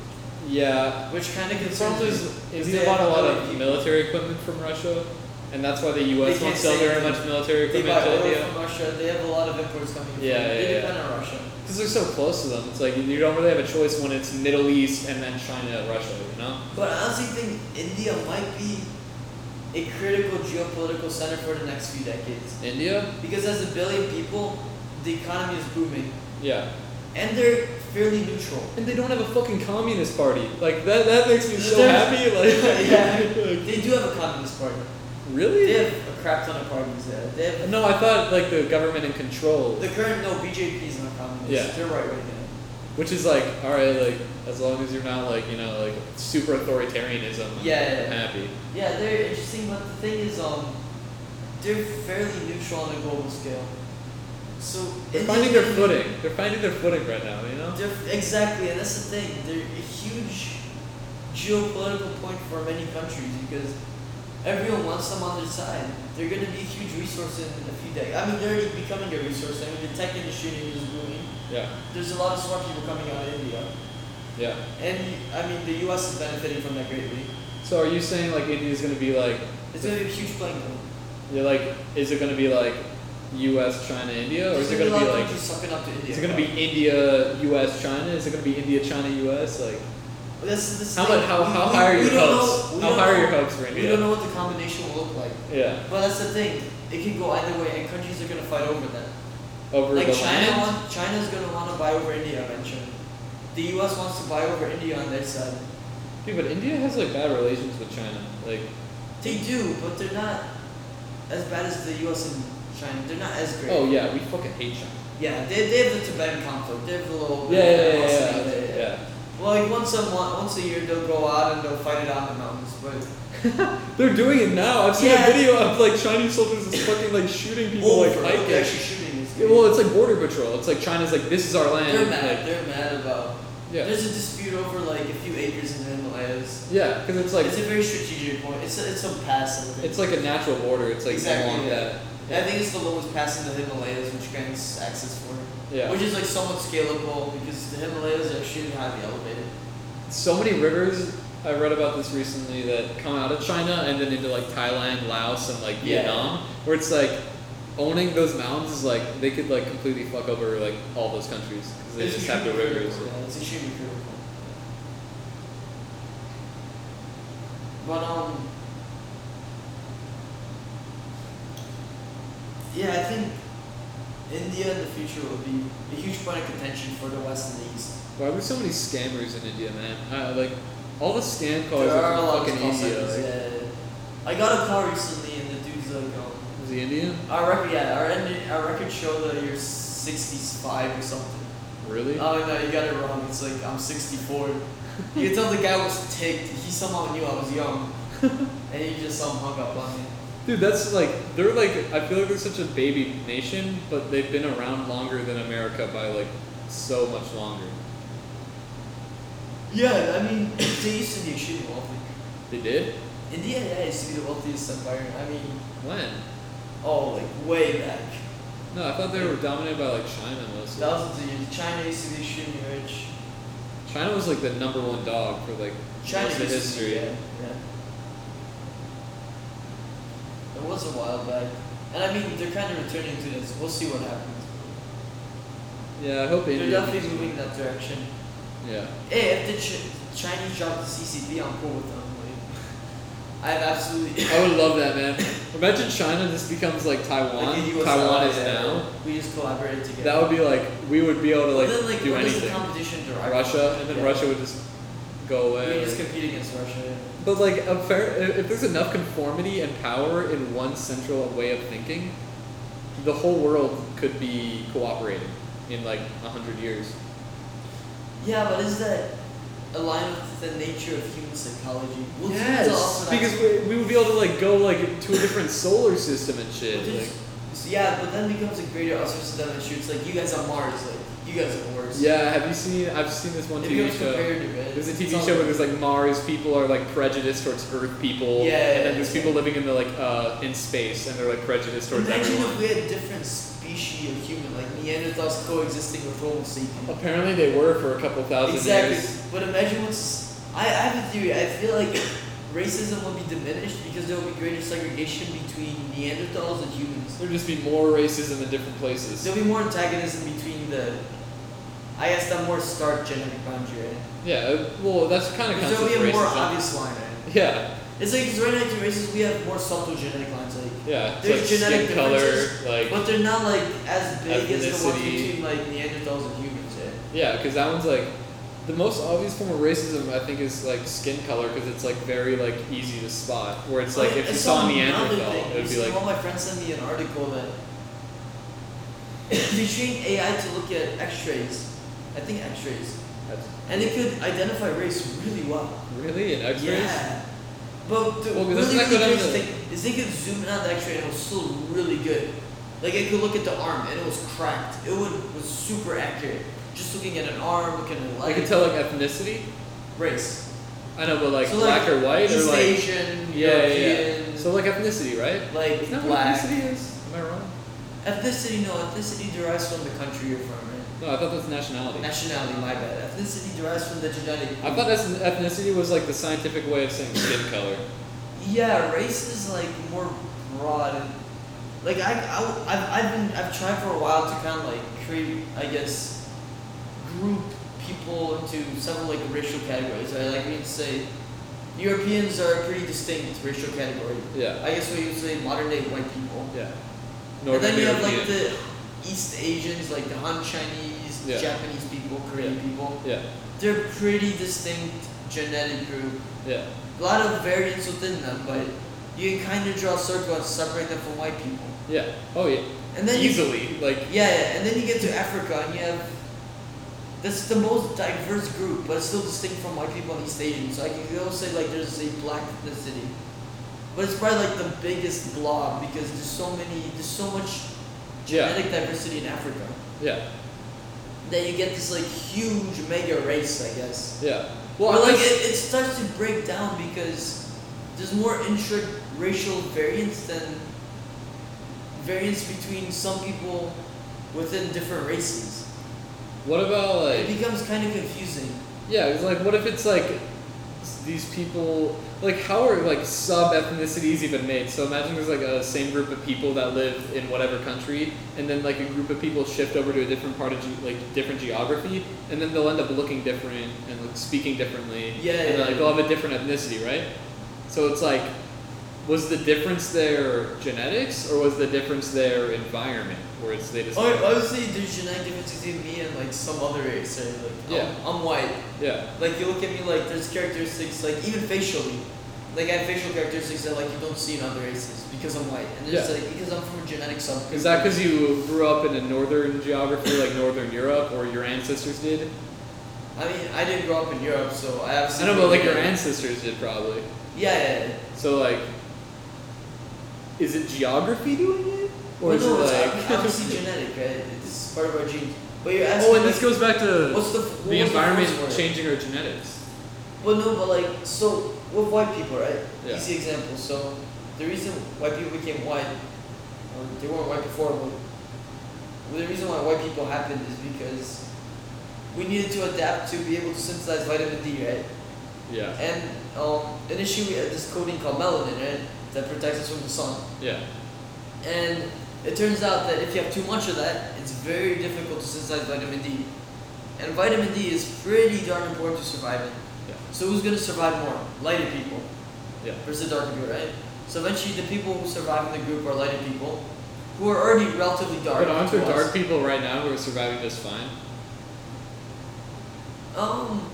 [SPEAKER 1] Yeah.
[SPEAKER 2] which kind of
[SPEAKER 1] The problem
[SPEAKER 2] concerns me.
[SPEAKER 1] is,
[SPEAKER 2] because
[SPEAKER 1] India
[SPEAKER 2] they
[SPEAKER 1] bought a
[SPEAKER 2] have
[SPEAKER 1] lot
[SPEAKER 2] no
[SPEAKER 1] of
[SPEAKER 2] idea.
[SPEAKER 1] military equipment from Russia, and that's why the U.S.
[SPEAKER 2] They
[SPEAKER 1] won't
[SPEAKER 2] can't
[SPEAKER 1] sell
[SPEAKER 2] say
[SPEAKER 1] very
[SPEAKER 2] anything.
[SPEAKER 1] much military
[SPEAKER 2] They
[SPEAKER 1] equipment
[SPEAKER 2] buy
[SPEAKER 1] to
[SPEAKER 2] oil
[SPEAKER 1] India
[SPEAKER 2] from Russia, they have a lot of imports coming in.
[SPEAKER 1] Yeah,
[SPEAKER 2] from,
[SPEAKER 1] yeah,
[SPEAKER 2] They
[SPEAKER 1] yeah.
[SPEAKER 2] depend on Russia.
[SPEAKER 1] because they're so close to them. It's like you don't really have a choice when it's Middle East and then China, Russia. You know?
[SPEAKER 2] But I honestly think India might be a critical geopolitical center for the next few decades.
[SPEAKER 1] India?
[SPEAKER 2] Because as a billion people, the economy is booming.
[SPEAKER 1] Yeah.
[SPEAKER 2] And they're fairly neutral.
[SPEAKER 1] And they don't have a fucking communist party. Like that. That makes me so
[SPEAKER 2] They're-
[SPEAKER 1] happy. Like,
[SPEAKER 2] Yeah. They do have a communist party. They
[SPEAKER 1] really?
[SPEAKER 2] have a crap ton of parties there. They have
[SPEAKER 1] No, I thought like the government in control,
[SPEAKER 2] the current no BJP is not communist.
[SPEAKER 1] Yeah.
[SPEAKER 2] They're right right now.
[SPEAKER 1] which is like all right, like as long as you're not like you know like super authoritarianism. I'm-
[SPEAKER 2] Yeah, yeah,
[SPEAKER 1] I'm
[SPEAKER 2] yeah.
[SPEAKER 1] happy.
[SPEAKER 2] Yeah, they're interesting, but the thing is, um, they're fairly neutral on a global scale. So
[SPEAKER 1] They're
[SPEAKER 2] India's
[SPEAKER 1] finding their
[SPEAKER 2] gonna be-
[SPEAKER 1] footing. They're finding their footing right now. You know.
[SPEAKER 2] They're, exactly, and that's the thing. They're a huge geopolitical point for many countries because everyone wants them on their side. They're going to be a huge resource in a few decades. I mean, they're already becoming a resource. I mean, the tech industry in India is booming.
[SPEAKER 1] Yeah.
[SPEAKER 2] There's a lot of smart people coming out of India,
[SPEAKER 1] Yeah.
[SPEAKER 2] and I mean, the U.S. is benefiting from that greatly.
[SPEAKER 1] So are you saying like India's gonna be like
[SPEAKER 2] It's going to be a huge playing field.
[SPEAKER 1] you're like is it gonna be like U.S. China India or
[SPEAKER 2] There's
[SPEAKER 1] is it
[SPEAKER 2] gonna
[SPEAKER 1] gonna be
[SPEAKER 2] a lot of
[SPEAKER 1] like
[SPEAKER 2] countries sucking up to India.
[SPEAKER 1] is it gonna be India U.S. China? Is it gonna be India China U.S. Like
[SPEAKER 2] But That's the
[SPEAKER 1] how
[SPEAKER 2] thing.
[SPEAKER 1] about how
[SPEAKER 2] We-
[SPEAKER 1] how
[SPEAKER 2] we-
[SPEAKER 1] high are
[SPEAKER 2] we
[SPEAKER 1] your
[SPEAKER 2] don't
[SPEAKER 1] hopes?
[SPEAKER 2] know- we
[SPEAKER 1] how
[SPEAKER 2] don't
[SPEAKER 1] high are your
[SPEAKER 2] know-
[SPEAKER 1] hopes for
[SPEAKER 2] We don't
[SPEAKER 1] India?
[SPEAKER 2] know what the combination will look like.
[SPEAKER 1] Yeah.
[SPEAKER 2] But that's the thing. It can go either way, and countries are gonna fight over that.
[SPEAKER 1] Over
[SPEAKER 2] Like
[SPEAKER 1] the
[SPEAKER 2] China,
[SPEAKER 1] land.
[SPEAKER 2] want, China's gonna want to buy over India eventually. The U.S. wants to buy over India on their side.
[SPEAKER 1] Dude, but India has like bad relations with China. Like
[SPEAKER 2] They do, but they're not as bad as the U.S. and China. They're not as great.
[SPEAKER 1] oh yeah, we fucking hate China.
[SPEAKER 2] Yeah, they, they have the Tibetan conflict. They have the little
[SPEAKER 1] Yeah yeah yeah
[SPEAKER 2] animosity
[SPEAKER 1] yeah.
[SPEAKER 2] there,
[SPEAKER 1] yeah.
[SPEAKER 2] Well, like once a month, once a year, they'll go out and they'll fight it out in the mountains, but.
[SPEAKER 1] They're doing it now. I've seen
[SPEAKER 2] Yeah.
[SPEAKER 1] a video of like Chinese soldiers just fucking like shooting people like
[SPEAKER 2] over.
[SPEAKER 1] hiking.
[SPEAKER 2] They're actually shooting this
[SPEAKER 1] Yeah, well, it's like border patrol. It's like China's like this is our land.
[SPEAKER 2] they're mad.
[SPEAKER 1] Like,
[SPEAKER 2] they're mad about.
[SPEAKER 1] yeah,
[SPEAKER 2] There's a dispute over like a few acres in the Himalayas.
[SPEAKER 1] yeah, because it's like
[SPEAKER 2] it's a very strategic point. It's a, it's a pass. I think.
[SPEAKER 1] it's like a natural border. It's like
[SPEAKER 2] Exactly,
[SPEAKER 1] along
[SPEAKER 2] yeah.
[SPEAKER 1] that.
[SPEAKER 2] I think it's the lowest pass in the Himalayas, which grants access for it,
[SPEAKER 1] Yeah.
[SPEAKER 2] which is like somewhat scalable because the Himalayas are extremely highly elevated.
[SPEAKER 1] So many rivers. I read about this recently that come out of China and then into like Thailand, Laos, and like
[SPEAKER 2] Yeah.
[SPEAKER 1] Vietnam, where it's like owning those mountains is like they could like completely fuck over like all those countries because they
[SPEAKER 2] It's
[SPEAKER 1] just have the
[SPEAKER 2] extremely
[SPEAKER 1] rivers.
[SPEAKER 2] critical, Yeah, it's extremely critical. But um, yeah, I think India in the future will be a huge point of contention for the West and the East.
[SPEAKER 1] Why are there so many scammers in India, man? I, like all the scam cars
[SPEAKER 2] there are a lot of
[SPEAKER 1] fucking
[SPEAKER 2] call
[SPEAKER 1] India.
[SPEAKER 2] centers,
[SPEAKER 1] like-
[SPEAKER 2] yeah. I got a call recently, and the dude's like, um,
[SPEAKER 1] Was he Indian?
[SPEAKER 2] Our record, yeah, our, end, our record show that you're 65 or something.
[SPEAKER 1] Really?
[SPEAKER 2] Oh no, you got it wrong. It's like I'm 64. You could tell the guy was ticked. He somehow knew I was young, and he just some hung up on me.
[SPEAKER 1] Dude, that's like they're like I feel like they're such a baby nation, but they've been around longer than America by like so much longer.
[SPEAKER 2] Yeah, I mean, they used to be extremely wealthy.
[SPEAKER 1] They did?
[SPEAKER 2] India, yeah, used to be the wealthiest environment. I mean,
[SPEAKER 1] When?
[SPEAKER 2] oh, like way back,
[SPEAKER 1] No, I thought they were dominated by like China mostly.
[SPEAKER 2] thousands of years. China used to be extremely rich.
[SPEAKER 1] China was like the number one dog for like
[SPEAKER 2] China
[SPEAKER 1] most of
[SPEAKER 2] used to be,
[SPEAKER 1] history.
[SPEAKER 2] yeah, yeah. It was a while back, and I mean, they're kind of returning to this. We'll see what happens.
[SPEAKER 1] Yeah, I hope
[SPEAKER 2] They're
[SPEAKER 1] India.
[SPEAKER 2] definitely moving in that direction.
[SPEAKER 1] Yeah.
[SPEAKER 2] Hey, Eh, if the Ch- Chinese drop the CCP, I'm cool with them. Like, I have absolutely.
[SPEAKER 1] I would love that man. Imagine China just becomes like Taiwan.
[SPEAKER 2] Like the USL,
[SPEAKER 1] Taiwan is
[SPEAKER 2] yeah.
[SPEAKER 1] now.
[SPEAKER 2] We just collaborated together.
[SPEAKER 1] That would be like we would be able to
[SPEAKER 2] But
[SPEAKER 1] like,
[SPEAKER 2] then, like,
[SPEAKER 1] do
[SPEAKER 2] where does the
[SPEAKER 1] anything.
[SPEAKER 2] competition derive
[SPEAKER 1] Russia
[SPEAKER 2] from?
[SPEAKER 1] and then
[SPEAKER 2] Yeah.
[SPEAKER 1] Russia would just go
[SPEAKER 2] We
[SPEAKER 1] away.
[SPEAKER 2] just compete against Russia. yeah.
[SPEAKER 1] But like, a fair, if if there's enough conformity and power in one central way of thinking, the whole world could be cooperating in like a hundred years.
[SPEAKER 2] Yeah, but is that aligned with the nature of human psychology? We'll we'll also not-
[SPEAKER 1] because we, we would be able to like go like to a different solar system and shit.
[SPEAKER 2] Which
[SPEAKER 1] Like,
[SPEAKER 2] is- so yeah, but then becomes a greater us than the shoots like you guys on Mars, like you guys on Mars.
[SPEAKER 1] yeah, have you seen? I've seen this one
[SPEAKER 2] it
[SPEAKER 1] TV
[SPEAKER 2] becomes
[SPEAKER 1] show.
[SPEAKER 2] comparative. Right?
[SPEAKER 1] There's a
[SPEAKER 2] It's
[SPEAKER 1] TV
[SPEAKER 2] all-
[SPEAKER 1] show where there's like Mars people are like prejudiced towards Earth people, and
[SPEAKER 2] Yeah,
[SPEAKER 1] then
[SPEAKER 2] yeah,
[SPEAKER 1] there's
[SPEAKER 2] yeah.
[SPEAKER 1] people living in the like uh, in space, and they're like prejudiced towards
[SPEAKER 2] Imagine
[SPEAKER 1] everyone.
[SPEAKER 2] if we had different species of human, like Neanderthals coexisting with Homo sapiens.
[SPEAKER 1] Apparently, they were for a couple thousand
[SPEAKER 2] Exactly.
[SPEAKER 1] years.
[SPEAKER 2] But imagine what's. I, I have a theory. I feel like racism will be diminished because there will be greater segregation between Neanderthals and humans.
[SPEAKER 1] There'd just be more racism in different places.
[SPEAKER 2] There'll be more antagonism between the. I guess that more stark genetic boundary, right?
[SPEAKER 1] Yeah, uh, well, that's kind of
[SPEAKER 2] Because there'll be
[SPEAKER 1] concept
[SPEAKER 2] a more
[SPEAKER 1] racism.
[SPEAKER 2] obvious line, right?
[SPEAKER 1] Yeah,
[SPEAKER 2] It's like, because right now in races, we have more subtle genetic lines, like.
[SPEAKER 1] yeah. It's
[SPEAKER 2] There's
[SPEAKER 1] like
[SPEAKER 2] genetic
[SPEAKER 1] skin color,
[SPEAKER 2] differences,
[SPEAKER 1] like
[SPEAKER 2] But they're not like as big as the ones
[SPEAKER 1] Ethnicity.
[SPEAKER 2] between like Neanderthals and humans, right?
[SPEAKER 1] yeah, because that one's like the most obvious form of racism. I think is like skin color because it's like very like easy to spot. Where it's like
[SPEAKER 2] Oh,
[SPEAKER 1] if you
[SPEAKER 2] and
[SPEAKER 1] saw
[SPEAKER 2] so another
[SPEAKER 1] Neanderthal,
[SPEAKER 2] thing,
[SPEAKER 1] it would be
[SPEAKER 2] recently
[SPEAKER 1] like
[SPEAKER 2] one of my friends sent me an article that they trained AI to look at X-rays. I think X-rays,
[SPEAKER 1] that's
[SPEAKER 2] and it could identify race really well.
[SPEAKER 1] really an X-rays.
[SPEAKER 2] Yeah. But the
[SPEAKER 1] Well, because that's
[SPEAKER 2] really,
[SPEAKER 1] not
[SPEAKER 2] really
[SPEAKER 1] good on
[SPEAKER 2] crazy
[SPEAKER 1] the-
[SPEAKER 2] thing is they could zoom in on the X-ray and it was still really good. Like I could look at the arm and it was cracked. It would was super accurate. Just looking at an arm, looking at a
[SPEAKER 1] I
[SPEAKER 2] leg,
[SPEAKER 1] can tell like ethnicity.
[SPEAKER 2] race,
[SPEAKER 1] I know, but like
[SPEAKER 2] So, like,
[SPEAKER 1] black or white or
[SPEAKER 2] East
[SPEAKER 1] like
[SPEAKER 2] Asian,
[SPEAKER 1] yeah, yeah,
[SPEAKER 2] European,
[SPEAKER 1] yeah. So like ethnicity, right?
[SPEAKER 2] like
[SPEAKER 1] Isn't that
[SPEAKER 2] black.
[SPEAKER 1] what ethnicity is? Am I wrong?
[SPEAKER 2] Ethnicity, no. Ethnicity derives from the country you're from, right?
[SPEAKER 1] No, I thought that's nationality.
[SPEAKER 2] Nationality, my bad. Ethnicity derives from the genetic.
[SPEAKER 1] I thought that's ethnicity was like the scientific way of saying skin color.
[SPEAKER 2] Yeah, race is like more broad. And, like I, I, I've, I've been, I've tried for a while to kind of like create, I guess, group people into several like racial categories. Right? Like we'd say, Europeans are a pretty distinct racial category.
[SPEAKER 1] Yeah,
[SPEAKER 2] I guess we would say modern day white people.
[SPEAKER 1] yeah.
[SPEAKER 2] and
[SPEAKER 1] Northern
[SPEAKER 2] then you have
[SPEAKER 1] European.
[SPEAKER 2] like the East Asians, like the Han Chinese,
[SPEAKER 1] Yeah.
[SPEAKER 2] Japanese people, Korean people.
[SPEAKER 1] yeah,
[SPEAKER 2] They're pretty distinct genetic group.
[SPEAKER 1] yeah.
[SPEAKER 2] A lot of variants within them, but you can kind of draw a circle and separate them from white people.
[SPEAKER 1] Yeah. Oh yeah.
[SPEAKER 2] And then you,
[SPEAKER 1] Easily, like
[SPEAKER 2] yeah, yeah, and then you get to Africa and you have that's the most diverse group, but it's still distinct from white people and East Asians. So I can go say like there's a black ethnicity, but it's probably like the biggest blob because there's so many, there's so much
[SPEAKER 1] yeah,
[SPEAKER 2] genetic diversity in Africa
[SPEAKER 1] yeah,
[SPEAKER 2] that you get this like huge mega race, I guess.
[SPEAKER 1] yeah.
[SPEAKER 2] Well,
[SPEAKER 1] Well, I
[SPEAKER 2] like
[SPEAKER 1] guess-
[SPEAKER 2] it, it starts to break down because there's more intra racial variance than variance between some people within different races.
[SPEAKER 1] what about
[SPEAKER 2] It
[SPEAKER 1] like
[SPEAKER 2] becomes kind of confusing.
[SPEAKER 1] yeah? It's like what if it's like s- these people like how are like sub ethnicities even made? So imagine there's like a same group of people that live in whatever country, and then like a group of people shift over to a different part of ge- like different geography, and then they'll end up looking different and like speaking differently.
[SPEAKER 2] Yeah,
[SPEAKER 1] and
[SPEAKER 2] yeah,
[SPEAKER 1] like
[SPEAKER 2] yeah.
[SPEAKER 1] they'll have a different ethnicity, right? So it's like, was the difference there genetics or was the difference their environment, where it's they just
[SPEAKER 2] Oh, obviously, there's genetic differences between me and like some other race. Right? Like, I'm-
[SPEAKER 1] Yeah.
[SPEAKER 2] I'm, white.
[SPEAKER 1] yeah,
[SPEAKER 2] Like you look at me like there's characteristics like even facially. Like I have facial characteristics that like you don't see in other races because I'm white, and it's
[SPEAKER 1] Yeah.
[SPEAKER 2] like because I'm from a genetic subgroup.
[SPEAKER 1] is that because you grew up in a northern geography like northern Europe or your ancestors did?
[SPEAKER 2] I mean, I didn't grow up in Europe, so I
[SPEAKER 1] I
[SPEAKER 2] obviously.
[SPEAKER 1] don't know, but like your ancestors did probably.
[SPEAKER 2] Yeah, yeah, yeah.
[SPEAKER 1] So like, is it geography doing it, or
[SPEAKER 2] Well,
[SPEAKER 1] is
[SPEAKER 2] no, it's
[SPEAKER 1] it
[SPEAKER 2] ob-
[SPEAKER 1] like?
[SPEAKER 2] obviously genetic, right? It's part of our genes. But you're asking.
[SPEAKER 1] oh, and this
[SPEAKER 2] like,
[SPEAKER 1] goes back to
[SPEAKER 2] What's the what
[SPEAKER 1] the environment
[SPEAKER 2] change?
[SPEAKER 1] changing our genetics.
[SPEAKER 2] Well, no, but like so with white people, right?
[SPEAKER 1] Yeah.
[SPEAKER 2] Easy example. So the reason white people became white, or they weren't white before, but well, the reason why white people happened is because we needed to adapt to be able to synthesize vitamin D, right?
[SPEAKER 1] Yeah,
[SPEAKER 2] And um, initially we had this coating called melanin, right, that protects us from the sun.
[SPEAKER 1] yeah,
[SPEAKER 2] And it turns out that if you have too much of that, it's very difficult to synthesize vitamin D. And vitamin D is pretty darn important to surviving.
[SPEAKER 1] Yeah.
[SPEAKER 2] So who's gonna survive more? Lighter people
[SPEAKER 1] yeah,
[SPEAKER 2] versus darker people, right? So eventually, the people who survive in the group are lighter people, who are already relatively dark.
[SPEAKER 1] But aren't
[SPEAKER 2] to
[SPEAKER 1] there
[SPEAKER 2] us.
[SPEAKER 1] dark people right now who are surviving just fine?
[SPEAKER 2] Um,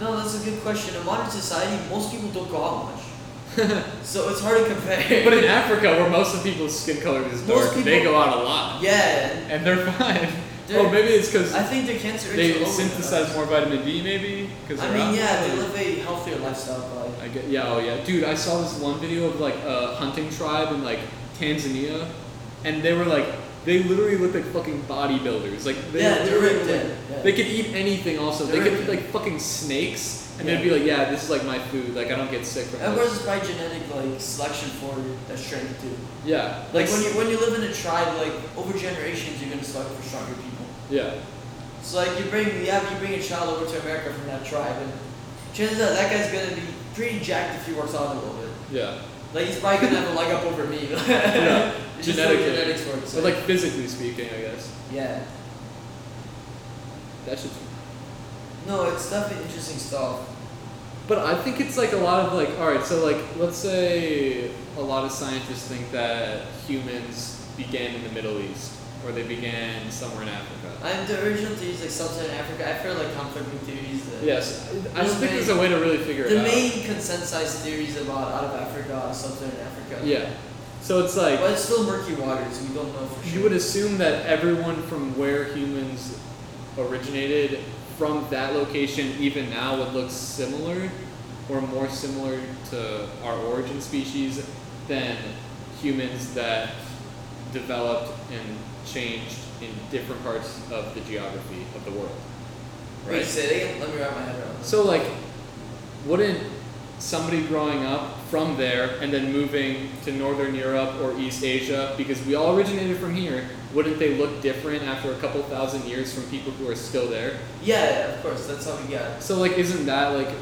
[SPEAKER 2] no, that's a good question. In modern society, most people don't go out much,
[SPEAKER 1] but
[SPEAKER 2] so it's hard to compare.
[SPEAKER 1] in Africa, where most of people's skin color is
[SPEAKER 2] Most
[SPEAKER 1] dark, they
[SPEAKER 2] people-
[SPEAKER 1] go out a lot.
[SPEAKER 2] yeah,
[SPEAKER 1] And they're fine.
[SPEAKER 2] They're-
[SPEAKER 1] Oh, maybe it's because
[SPEAKER 2] I think the cancer rates
[SPEAKER 1] they
[SPEAKER 2] are lower than
[SPEAKER 1] synthesize
[SPEAKER 2] us.
[SPEAKER 1] more vitamin D, maybe? Cause
[SPEAKER 2] I
[SPEAKER 1] they're
[SPEAKER 2] mean,
[SPEAKER 1] out.
[SPEAKER 2] yeah, they live a healthier lifestyle, probably.
[SPEAKER 1] I get, yeah, oh yeah, dude. I saw this one video of like a hunting tribe in like Tanzania, and they were like, they literally looked like fucking bodybuilders. Like, they
[SPEAKER 2] yeah, they're
[SPEAKER 1] literally
[SPEAKER 2] ripped
[SPEAKER 1] were, like,
[SPEAKER 2] in. Yeah.
[SPEAKER 1] They could eat anything. Also,
[SPEAKER 2] They're
[SPEAKER 1] they could
[SPEAKER 2] ripped
[SPEAKER 1] eat
[SPEAKER 2] in.
[SPEAKER 1] like fucking snakes, and
[SPEAKER 2] Yeah.
[SPEAKER 1] they'd be like, yeah, this is like my food. Like, I don't get sick from
[SPEAKER 2] Of
[SPEAKER 1] this.
[SPEAKER 2] course, it's probably genetic like selection for that strength too.
[SPEAKER 1] Yeah,
[SPEAKER 2] Like
[SPEAKER 1] like,
[SPEAKER 2] when you when you live in a tribe, like over generations, you're gonna select for stronger people.
[SPEAKER 1] yeah,
[SPEAKER 2] So like you bring you have you bring a child over to America from that tribe, and chances are that guy's gonna be pretty jacked if he works out a little bit.
[SPEAKER 1] yeah.
[SPEAKER 2] Like he's probably gonna have a leg up over me.
[SPEAKER 1] Yeah.
[SPEAKER 2] It's just
[SPEAKER 1] Genetically.
[SPEAKER 2] how genetics works.
[SPEAKER 1] So like physically speaking, I guess
[SPEAKER 2] yeah,
[SPEAKER 1] that should.
[SPEAKER 2] no, it's definitely interesting stuff.
[SPEAKER 1] But I think it's like a lot of like, all right, so like, let's say a lot of scientists think that humans began in the Middle East or they began somewhere in Africa.
[SPEAKER 2] I'm the original theories like sub-Saharan Africa. I've heard like conflicting theories. That
[SPEAKER 1] Yes, I- I
[SPEAKER 2] The
[SPEAKER 1] just think there's
[SPEAKER 2] main-
[SPEAKER 1] a way to really figure
[SPEAKER 2] The
[SPEAKER 1] it
[SPEAKER 2] main consensus theories about out of Africa, sub-Saharan Africa.
[SPEAKER 1] out. Yeah. So it's like
[SPEAKER 2] But it's still murky waters. We don't know for sure.
[SPEAKER 1] you would assume that everyone from where humans originated from that location even now would look similar or more similar to our origin species than humans that developed and changed in different parts of the geography of the world.
[SPEAKER 2] Wait, say it again. Let me wrap my head around. this.
[SPEAKER 1] So like, wouldn't somebody growing up from there and then moving to Northern Europe or East Asia, because we all originated from here, wouldn't they look different after a couple thousand years from people who are still there?
[SPEAKER 2] Yeah, yeah, of course. That's how we got.
[SPEAKER 1] So like, isn't that like,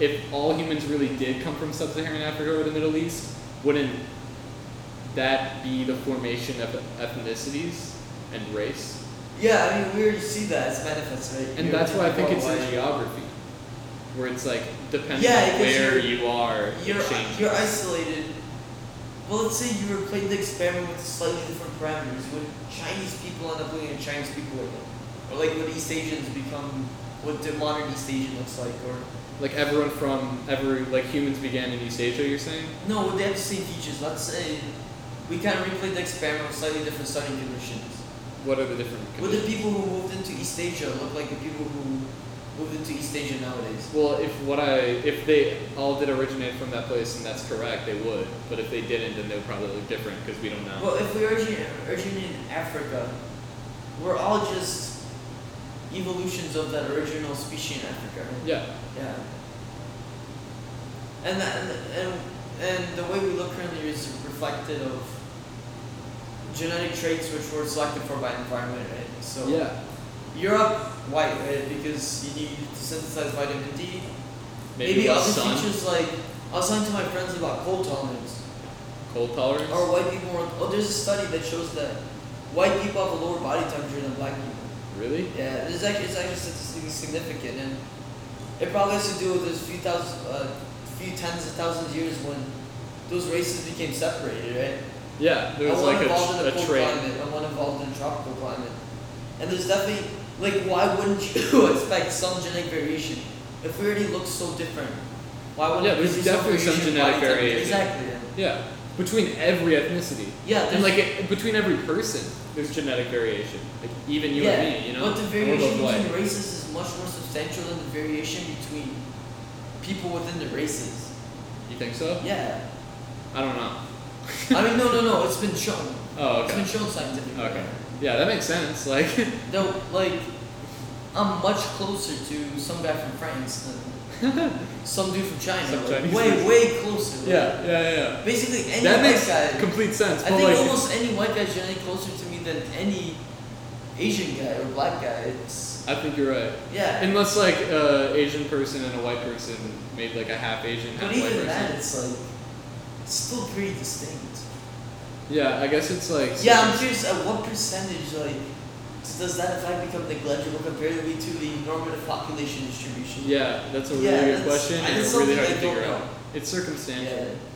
[SPEAKER 1] if all humans really did come from Sub-Saharan Africa or the Middle East, wouldn't that be the formation of ethnicities and race?
[SPEAKER 2] Yeah, I mean, we already see that. It's manifest, right?
[SPEAKER 1] And
[SPEAKER 2] You
[SPEAKER 1] that's why I think it's
[SPEAKER 2] worldwide.
[SPEAKER 1] in geography, where it's like depending
[SPEAKER 2] Yeah,
[SPEAKER 1] on
[SPEAKER 2] because
[SPEAKER 1] where
[SPEAKER 2] you're-
[SPEAKER 1] you are, it
[SPEAKER 2] You're,
[SPEAKER 1] changes.
[SPEAKER 2] you're isolated. Well, let's say you were playing the experiment with slightly different parameters. Would Chinese people end up looking at Chinese people again? Or, like, would East Asians become what the modern East Asian looks like? Or,
[SPEAKER 1] Like everyone from every like humans began in East Asia. You're saying?
[SPEAKER 2] no, would they have the same features? Let's say we kind of replayed the experiment with slightly different starting conditions.
[SPEAKER 1] What are the different?
[SPEAKER 2] Would the
[SPEAKER 1] conditions?
[SPEAKER 2] people who moved into East Asia look like the people who moved into East Asia nowadays?
[SPEAKER 1] Well, if what I if they all did originate from that place and that's correct, they would. But if they didn't, then they would probably look different because we don't know.
[SPEAKER 2] Well, if we originate, originate in Africa, we're all just evolutions of that original species in Africa. right?
[SPEAKER 1] yeah,
[SPEAKER 2] Yeah. And that, and, and and the way we look currently is reflected of genetic traits which were selected for by environment, right? So
[SPEAKER 1] yeah,
[SPEAKER 2] Europe, white, right? Because you need to synthesize vitamin D.
[SPEAKER 1] maybe,
[SPEAKER 2] other
[SPEAKER 1] less sun,
[SPEAKER 2] features like I was talking to my friends about cold tolerance.
[SPEAKER 1] cold tolerance.
[SPEAKER 2] Or white people were oh there's a study that shows that white people have a lower body temperature than black people.
[SPEAKER 1] really?
[SPEAKER 2] Yeah, it's actually it's actually statistically significant and it probably has to do with those few thousand uh, few tens of thousands of years when those races became separated, right?
[SPEAKER 1] Yeah, there was
[SPEAKER 2] I
[SPEAKER 1] like a,
[SPEAKER 2] involved in
[SPEAKER 1] tr-
[SPEAKER 2] a
[SPEAKER 1] a
[SPEAKER 2] cold
[SPEAKER 1] trait.
[SPEAKER 2] climate. I want involved in a tropical climate. And there's definitely like why wouldn't you expect some genetic variation if we already look so different? Why wouldn't
[SPEAKER 1] Yeah,
[SPEAKER 2] there
[SPEAKER 1] there's
[SPEAKER 2] be
[SPEAKER 1] definitely some
[SPEAKER 2] variation in
[SPEAKER 1] genetic
[SPEAKER 2] body temperature?
[SPEAKER 1] variation.
[SPEAKER 2] Exactly. yeah.
[SPEAKER 1] Yeah, between every ethnicity
[SPEAKER 2] Yeah,
[SPEAKER 1] and
[SPEAKER 2] there's-
[SPEAKER 1] like it, between every person, there's genetic variation. Like even you
[SPEAKER 2] yeah,
[SPEAKER 1] and me, E, you know.
[SPEAKER 2] But the
[SPEAKER 1] And we're both
[SPEAKER 2] variation
[SPEAKER 1] white.
[SPEAKER 2] between races is much more substantial than the variation between people within the races.
[SPEAKER 1] You think so?
[SPEAKER 2] Yeah.
[SPEAKER 1] I don't know.
[SPEAKER 2] I mean, no, no, no. It's been shown.
[SPEAKER 1] Oh,
[SPEAKER 2] It's
[SPEAKER 1] okay.
[SPEAKER 2] been shown scientifically.
[SPEAKER 1] Okay. Yeah, that makes sense. Like,
[SPEAKER 2] Though, like, I'm much closer to some guy from France than some dude from China.
[SPEAKER 1] Some
[SPEAKER 2] like,
[SPEAKER 1] Chinese
[SPEAKER 2] way,
[SPEAKER 1] dude.
[SPEAKER 2] way closer. like,
[SPEAKER 1] yeah, yeah,
[SPEAKER 2] Basically,
[SPEAKER 1] yeah.
[SPEAKER 2] any
[SPEAKER 1] That
[SPEAKER 2] white
[SPEAKER 1] makes
[SPEAKER 2] guy.
[SPEAKER 1] complete sense.
[SPEAKER 2] I
[SPEAKER 1] but
[SPEAKER 2] think
[SPEAKER 1] like,
[SPEAKER 2] almost any white guy's genetically closer to me than any Asian guy or black guy. It's
[SPEAKER 1] I think you're right.
[SPEAKER 2] yeah.
[SPEAKER 1] Unless like a Asian person and a white person made like a half Asian, half
[SPEAKER 2] But
[SPEAKER 1] white
[SPEAKER 2] even
[SPEAKER 1] person.
[SPEAKER 2] that, it's like it's still pretty distinct.
[SPEAKER 1] Yeah, I guess it's like.
[SPEAKER 2] Yeah, I'm curious at what percentage like does that effect become negligible comparatively to the normative population distribution?
[SPEAKER 1] Yeah, that's a really
[SPEAKER 2] Yeah,
[SPEAKER 1] good
[SPEAKER 2] that's-
[SPEAKER 1] question.
[SPEAKER 2] I-
[SPEAKER 1] and
[SPEAKER 2] it's
[SPEAKER 1] it's really
[SPEAKER 2] something
[SPEAKER 1] hard
[SPEAKER 2] I
[SPEAKER 1] to figure
[SPEAKER 2] don't
[SPEAKER 1] out.
[SPEAKER 2] know.
[SPEAKER 1] It's circumstantial.
[SPEAKER 2] Yeah.